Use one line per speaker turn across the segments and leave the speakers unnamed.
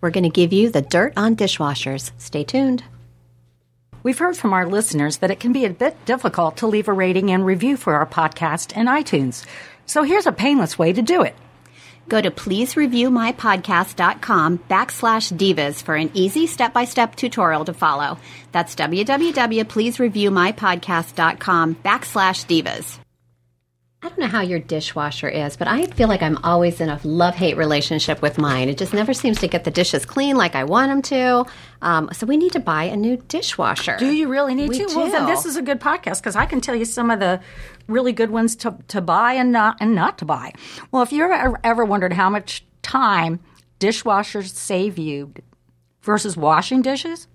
We're going to give you the dirt on dishwashers. Stay tuned.
We've heard from our listeners that it can be a bit difficult to leave a rating and review for our podcast in iTunes. So here's a painless way to do it.
Go to pleasereviewmypodcast.com backslash divas for an easy step-by-step tutorial to follow. That's www.pleasereviewmypodcast.com backslash divas. I don't know how your dishwasher is, but I feel like I'm always in a love hate relationship with mine. It just never seems to get the dishes clean like I want them to. Um, so we need to buy a new dishwasher.
Do you really need
We
to? Well, then
do.
this is a good podcast because I can tell you some of the really good ones to, to buy and not and not to buy. Well, if you've ever, ever wondered how much time dishwashers save you versus washing dishes,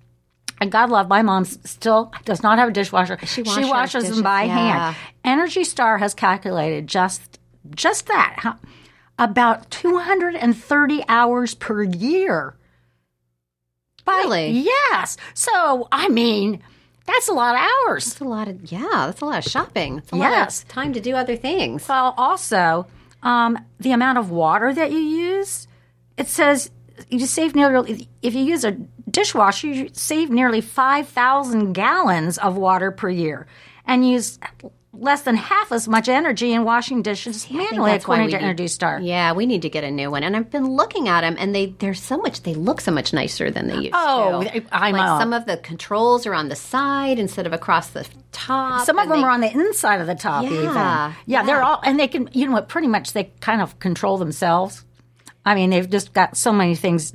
and God love my mom s- still does not have a dishwasher. She,
washes her
washes
dishes,
them by
yeah.
hand. Energy Star has calculated just just that how, about 230 hours per year. By-
Really?
Yes. So, I mean, that's a lot of hours.
That's a lot of yeah. That's a lot of shopping. That's a
Yes.
lot of time to do other things.
Well, also, um, the amount of water that you use, it says you save nearly, if you use a dishwasher, you save nearly 5,000 gallons of water per year and use less than half as much energy in washing dishes
I think
manually,
that's why
according
we
to
need-
Energy Star.
Yeah, we need to get a new one. And I've been looking at them, and they they're so much. They look so much nicer than they used
Oh,
to.
I
like
know.
some of the controls are on the side instead of across the top.
Some of
and
them
they-
are on the inside of the top,
Yeah,
even. Yeah, they're all, and they can, you know what, pretty much they kind of control themselves. I mean, they've just got so many things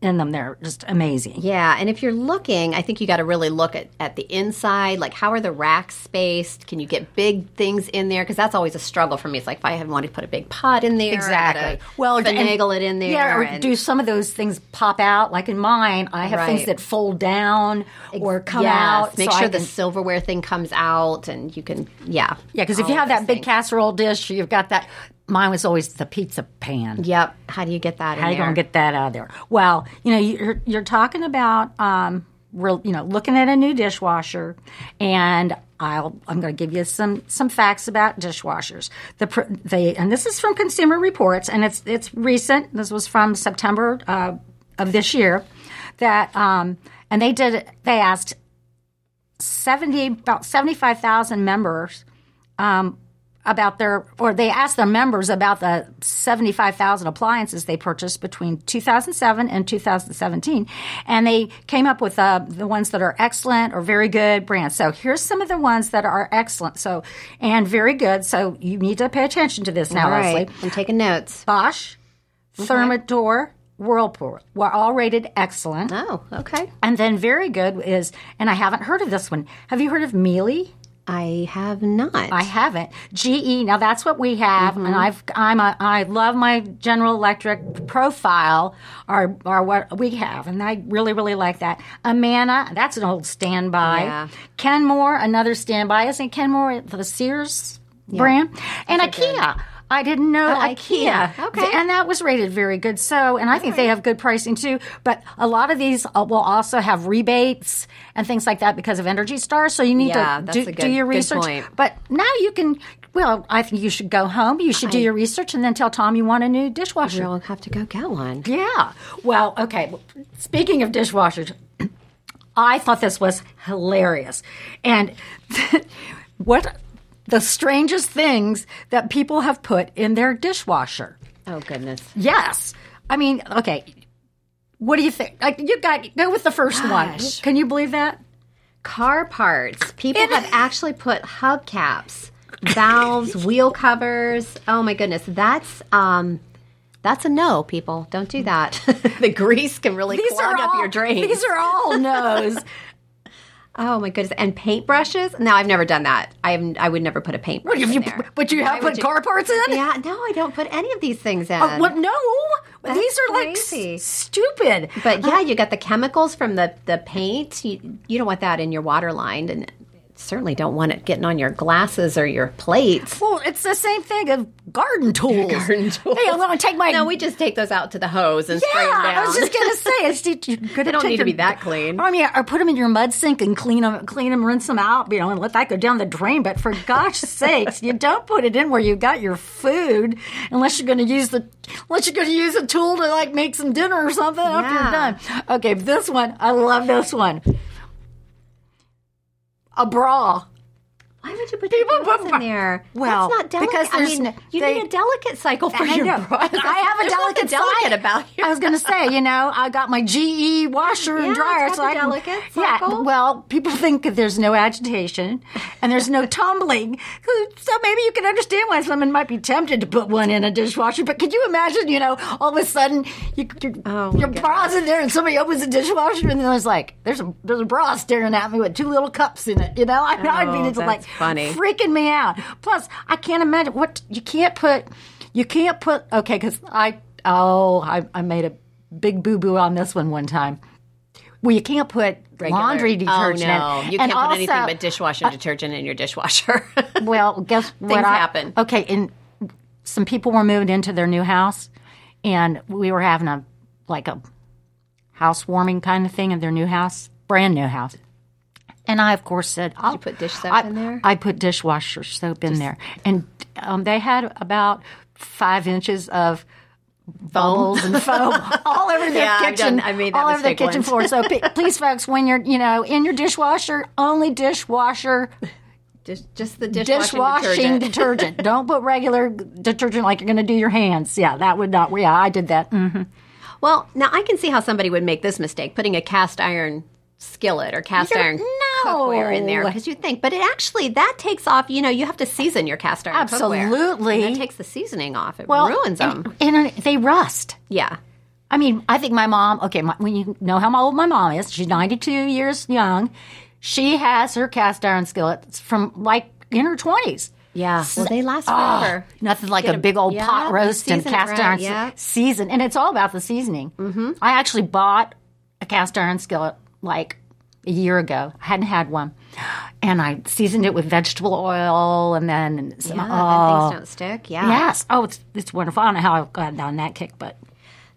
in them. They're just amazing.
Yeah, and if you're looking, I think you got to really look at, at the inside. Like, how are the racks spaced? Can you get big things in there? Because that's always a struggle for me. It's like if I had wanted to put a big pot in there, I gotta
Well, and-
finagle it in there.
Yeah, or
and-
do some of those things pop out? Like in mine, I have things
Right.
that fold down or come
Yes,
out.
Make
so I
sure the
can-
silverware thing comes out, and you can yeah
yeah, because if you have that big casserole dish, you've got that. Mine was always the pizza pan.
Yep. How do you get that?
How
in
you gonna
there?
get that out of there? Well, you know, you're you're talking about um, real, you know, looking at a new dishwasher, and I'll I'm gonna give you some some facts about dishwashers. The pr- they and this is from Consumer Reports, and it's it's recent. This was from September uh, of this year, that um, and they did they asked seventy about seventy five thousand members um, about their or they asked their members about the 75,000 appliances they purchased between 2007 and 2017 and they came up with uh, the ones that are excellent or very good brands. So here's some of the ones that are excellent. So and very good. So you need to pay attention to this now,
All right.
Leslie.
I'm taking notes.
Bosch, Thermador, Whirlpool were all rated excellent.
Oh, okay.
And then very good is and I haven't heard of this one. Have you heard of Mealy?
I have not.
I haven't. GE. Now that's what we have,
Mm-hmm.
and I've I'm a I love my General Electric profile are are what we have, and I really really like that. Amana, that's an old standby.
Yeah.
Kenmore, another standby. Isn't Kenmore the Sears brand? And IKEA. I didn't know IKEA.
Oh, IKEA. Okay.
And that was rated very good. So, and I think they have good pricing too. But a lot of these uh, will also have rebates and things like that because of Energy Star. So you need
Yeah,
to
that's
do,
a
do
good-
your
good
research.
point.
But now you can. Well, I think you should go home. You should do your research and then tell Tom you want a new dishwasher.
We'll have to go get one.
Yeah. Well, okay. Speaking of dishwashers, I thought this was hilarious. And what the strangest things that people have put in their dishwasher.
Oh goodness.
Yes. I mean, okay. What do you think? Like, you got go with the first one.
Gosh.
Can you believe that?
Car parts. People have actually put hubcaps, valves, wheel covers. Oh my goodness. That's um. That's a no, people. Don't do that. the grease can really clog up your drains.
These are all no's.
Oh my goodness! And paintbrushes? No, I've never done that. I have, I would never put a paintbrush
If
in
you,
there.
but you
Why
have
would
put
you-
car parts in?
Yeah, no, I don't put any of these things in.
Oh, what? No. These are like s-
crazy.
stupid.
But yeah, you got the chemicals from the the paint. You, you don't want that in your water line, and certainly don't want it getting on your glasses or your plates.
Well, it's the same thing of garden tools. garden tools. Hey, I'm going to take my.
No, we just take those out to the hose and
yeah,
spray them down.
I was just gonna say, it's, you could
They don't need to be that clean.
I mean, or put them in your mud sink and clean them, clean them, rinse them out, you know, and let that go down the drain. But for gosh sakes, you don't put it in where you got your food, unless you're gonna use the, unless you're gonna use a tool to like make some dinner or something after you're done. Okay, this one, I love this one. A bra.
Why would you put
People
your bras
put
in there?
Well,
That's not delicate.
because
I
there's
mean,
n-
you
they-
need a delicate cycle for
I
your
know.
bras.
I have a
There's nothing
delicate
delicate
side.
about you.
I was going to say, you know, I got my GE washer
Yeah,
and dryer,
it's got
so
the
I can-
delicate
Yeah,
cycle.
well, people think that there's no agitation and there's no tumbling, so maybe you can understand why someone might be tempted to put one in a dishwasher. But could you imagine, you know, all of a sudden you, you
Oh, my
your bra's in there and somebody opens the dishwasher and there's like there's a there's a bra staring at me with two little cups in it. You know, I mean, I'd
Oh,
be just like
that's funny.
freaking me out. Plus, I can't imagine what you can't put. You can't put okay because I oh I, I made a big boo boo on this one one time. Well, you can't put laundry detergent.
Oh, no.
in.
You
And
can't put anything
also-
but dishwashing detergent in your dishwasher.
well, guess what?
Things
I-
happen.
Okay, and some people were moving into their new house, and we were having a like a housewarming kind of thing in their new house, brand new house. And I, of course, said, "I'll
put dish soap
I,
in there?
I put dishwasher soap in there, and um, they had about five inches of bubbles and foam all over their
Yeah, I've
kitchen.
done- I made that
all over their
mistake
kitchen
once.
floor. So p- please, folks, when you're you know in your dishwasher, only dishwasher
just, just the dishwashing,
dishwashing
detergent.
detergent. Don't put regular detergent like you're going to do your hands. Yeah, that would not. Yeah, I did that. Mm.
Well, now I can see how somebody would make this mistake, putting a cast iron skillet or cast
You're-
iron
no.
cookware in there because you think, but it actually that takes off. You know, you have to season your cast iron cookware.
Absolutely.
and that takes the seasoning off. It ruins them.
and, and they rust.
yeah,
I mean, I think my mom. Okay, my, when you know how my old my mom is, she's 92 years young. She has her cast iron skillets from like in her 20s.
yeah. Well, they last
ah.
forever.
Oh, Nothing like a,
a-
big old
yeah,
pot roast and
season it
cast
right,
iron
yeah.
se- season, and it's all about the seasoning. Mm-hmm. I actually bought a cast iron skillet like a year ago. I hadn't had one, and I seasoned it with vegetable oil, and then some.
Yeah, and
oh,
things don't stick. Yeah.
yes, oh, it's it's wonderful. I don't know how I got down that kick, but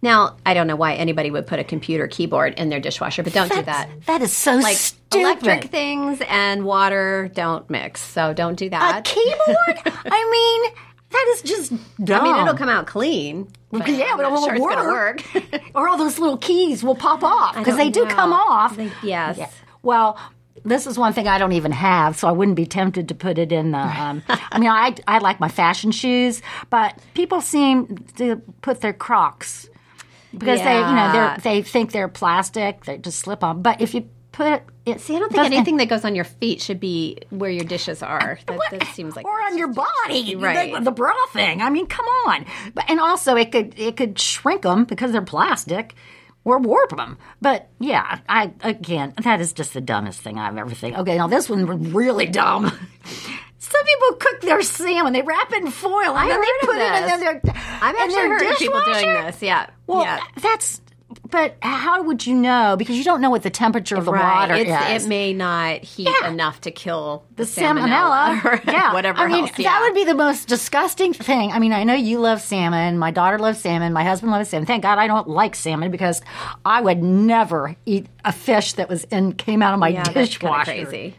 Now I don't know why anybody would put a computer keyboard in their dishwasher, but don't do that.
that is so
Like
stupid.
electric things and water don't mix, so don't do
a
that.
keyboard. I mean, that is just dumb.
I mean, it'll come out clean.
Oh. yeah,
I'm
but it
not
won't
sure it's gonna
work. or all those little keys will pop off because
don't
they do
know.
come off.
They- yes.
Well, this is one thing I don't even have, so I wouldn't be tempted to put it in the. Um, I mean, I I like my fashion shoes, but people seem to put their Crocs because they you know
Yeah.
they they think they're plastic, they just slip on. But if you put it,
See, I don't think anything that goes on your feet should be where your dishes are. That, that seems like
or on your body,
Right.
The, the bra thing. I mean, come on. But, and also, it could it could shrink them because they're plastic, or warp them. But yeah, I again, that is just the dumbest thing I've ever think. Okay, now this one was really dumb. Some people cook their salmon, they wrap it in foil, and then
heard
they
of
put it in
this.
their.
I've
in
actually
their
heard of people doing
dishwasher?
this. Yeah.
Well,
yeah.
that's. But how would you know? Because you don't know what the temperature of the
Right.
water
It's-
is.
It may not heat enough to kill the,
the salmonella,
or
yeah,
whatever
I mean,
else. Yeah.
That would be the most disgusting thing. I mean, I know you love salmon. My daughter loves salmon. My husband loves salmon. Thank God I don't like salmon because I would never eat a fish that was in came out of my
yeah, that's kinda
dishwasher.
crazy.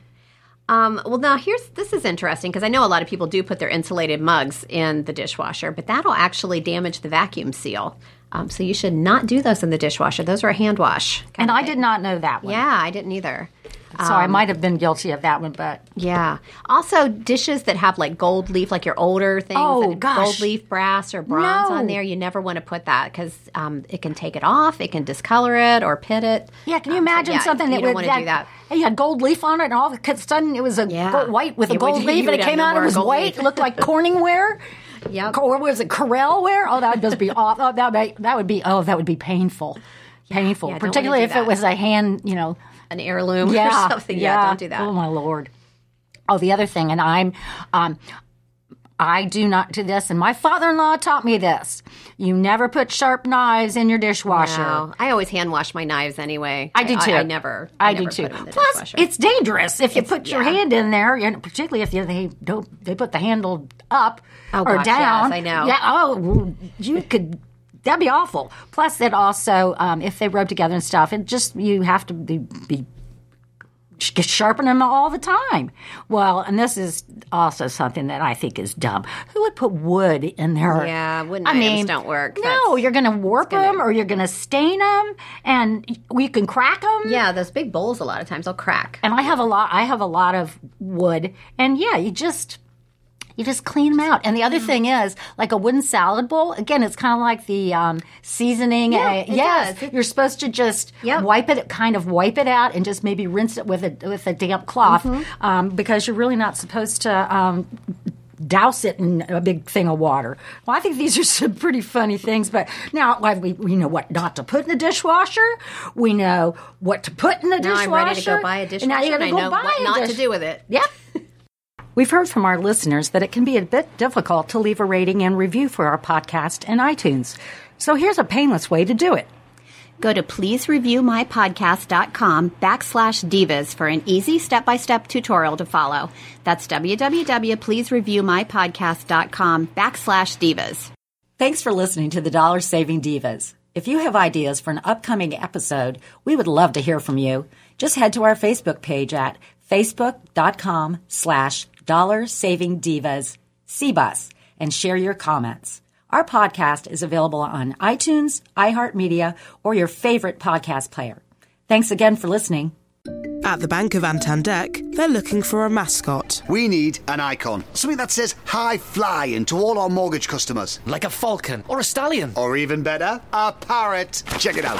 Um, well, now here's this is interesting because I know a lot of people do put their insulated mugs in the dishwasher, but that'll actually damage the vacuum seal. Um, so you should not do those in the dishwasher. Those are a hand wash.
And I did not know that one,
Yeah, um, I didn't either. Uh,
so I might have been guilty of that one. But
Yeah. Also, dishes that have like gold leaf, like your older things,
Oh,
that-
gosh.
gold leaf, brass, or bronze
No.
on there, you never want to put that because um, it can take it off, it can discolor it or pit it.
yeah, can you
Um, so,
imagine
yeah,
something
you
that
don't want
would
to do that?
It had gold leaf on it, and all of a sudden it was a
Yeah.
gold- white with a
You would-
gold
you
leaf, and
would
it
have
came
no
out and
more
it was
gold
white.
leaf.
It looked like Corningware.
Yep.
Or was it Corelware? Oh, that would just be off. Oh, that would be, that would be oh, that would be painful. painful,
yeah, don't wanna
particularly
do
if
that.
it was a hand, you know,
An heirloom
yeah,
or something. Yeah, don't do that.
Oh my lord. Oh, the other thing, and I'm, um, I do not do this, and my father-in-law taught me this: you never put sharp knives in your dishwasher.
No, I always hand wash my knives anyway.
I do too.
I, never.
I, do
never
too.
Put 'em in the
Plus,
dishwasher.
it's dangerous if you put your
yeah.
hand in there, and particularly if you, they don't, they put the handle up
Oh,
or
gosh,
down.
yes, I know.
Yeah. Oh, you could. That'd be awful. Plus, it also um, if they rub together and stuff, it just you have to be. be sh- Sharpen them all the time. Well, and this is also something that I think is dumb. Who would put wood in their?
Yeah, wood
I
knives
mean,
don't work.
No,
That's-
you're going to warp them or you're going to stain them, and y- you can crack them.
yeah, those big bowls a lot of times will crack.
And I have a lot. I have a lot of wood, and yeah, you just you just clean them out. And the other
Mm.
thing is, like a wooden salad bowl. Again, it's kind of like the um, seasoning. Yeah,
it
yes,
does. It-
you're supposed to just
Yep.
wipe it, kind of wipe it out, and just maybe rinse it with a with a damp cloth,
Mm-hmm.
um, because you're really not supposed to. Um, Douse it in a big thing of water. Well, I think these are some pretty funny things, but now like, we, we know what not to put in the dishwasher. We know what to put in the
Now
dishwasher.
I'm ready to go buy a dishwasher.
And now you're
and
gonna
I
go
know
buy
what
a
not
dish-
to do with it.
Yep. We've heard from our listeners that it can be a bit difficult to leave a rating and review for our podcast in iTunes. So here's a painless way to do it.
Go to
pleasereviewmypodcast.com backslash divas for an easy step-by-step tutorial to follow. That's www.pleasereviewmypodcast.com backslash divas.
Thanks for listening to the Dollar Saving Divas. If you have ideas for an upcoming episode, we would love to hear from you. Just head to our Facebook page at facebook.com slash dollar saving divas CBUS and share your comments. Our podcast is available on iTunes, iHeartMedia, or your favorite podcast player. Thanks again for listening.
At the Bank of Antandek, they're looking for a mascot.
We need an icon. Something that says high flying to all our mortgage customers.
Like a falcon or a stallion.
Or even better, a parrot. Check it out.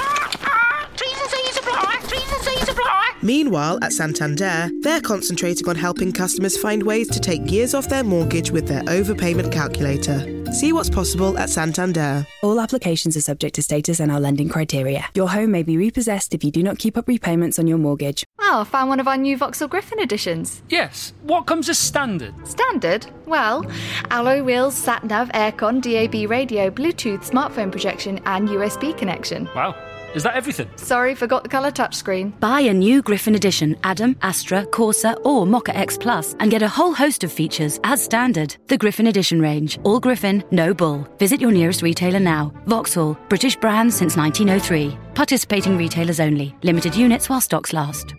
Treason sees a block. Treason sees a block.
Meanwhile, at Santander, they're concentrating on helping customers find ways to take years off their mortgage with their overpayment calculator. See what's possible at Santander.
All applications are subject to status and our lending criteria. Your home may be repossessed if you do not keep up repayments on your mortgage.
Oh, I found one of our new Vauxhall Griffin editions.
Yes. What comes as standard?
Standard? Well, alloy wheels, sat nav, aircon, DAB radio, Bluetooth, smartphone projection, and USB connection.
Wow. Is that everything?
Sorry, forgot the colour touchscreen.
Buy a new Griffin Edition Adam, Astra, Corsa, or Mocha X Plus and get a whole host of features as standard. The Griffin Edition range. All Griffin, no bull. Visit your nearest retailer now. Vauxhall, oh British brand since 1903. Participating retailers only. Limited units while stocks last.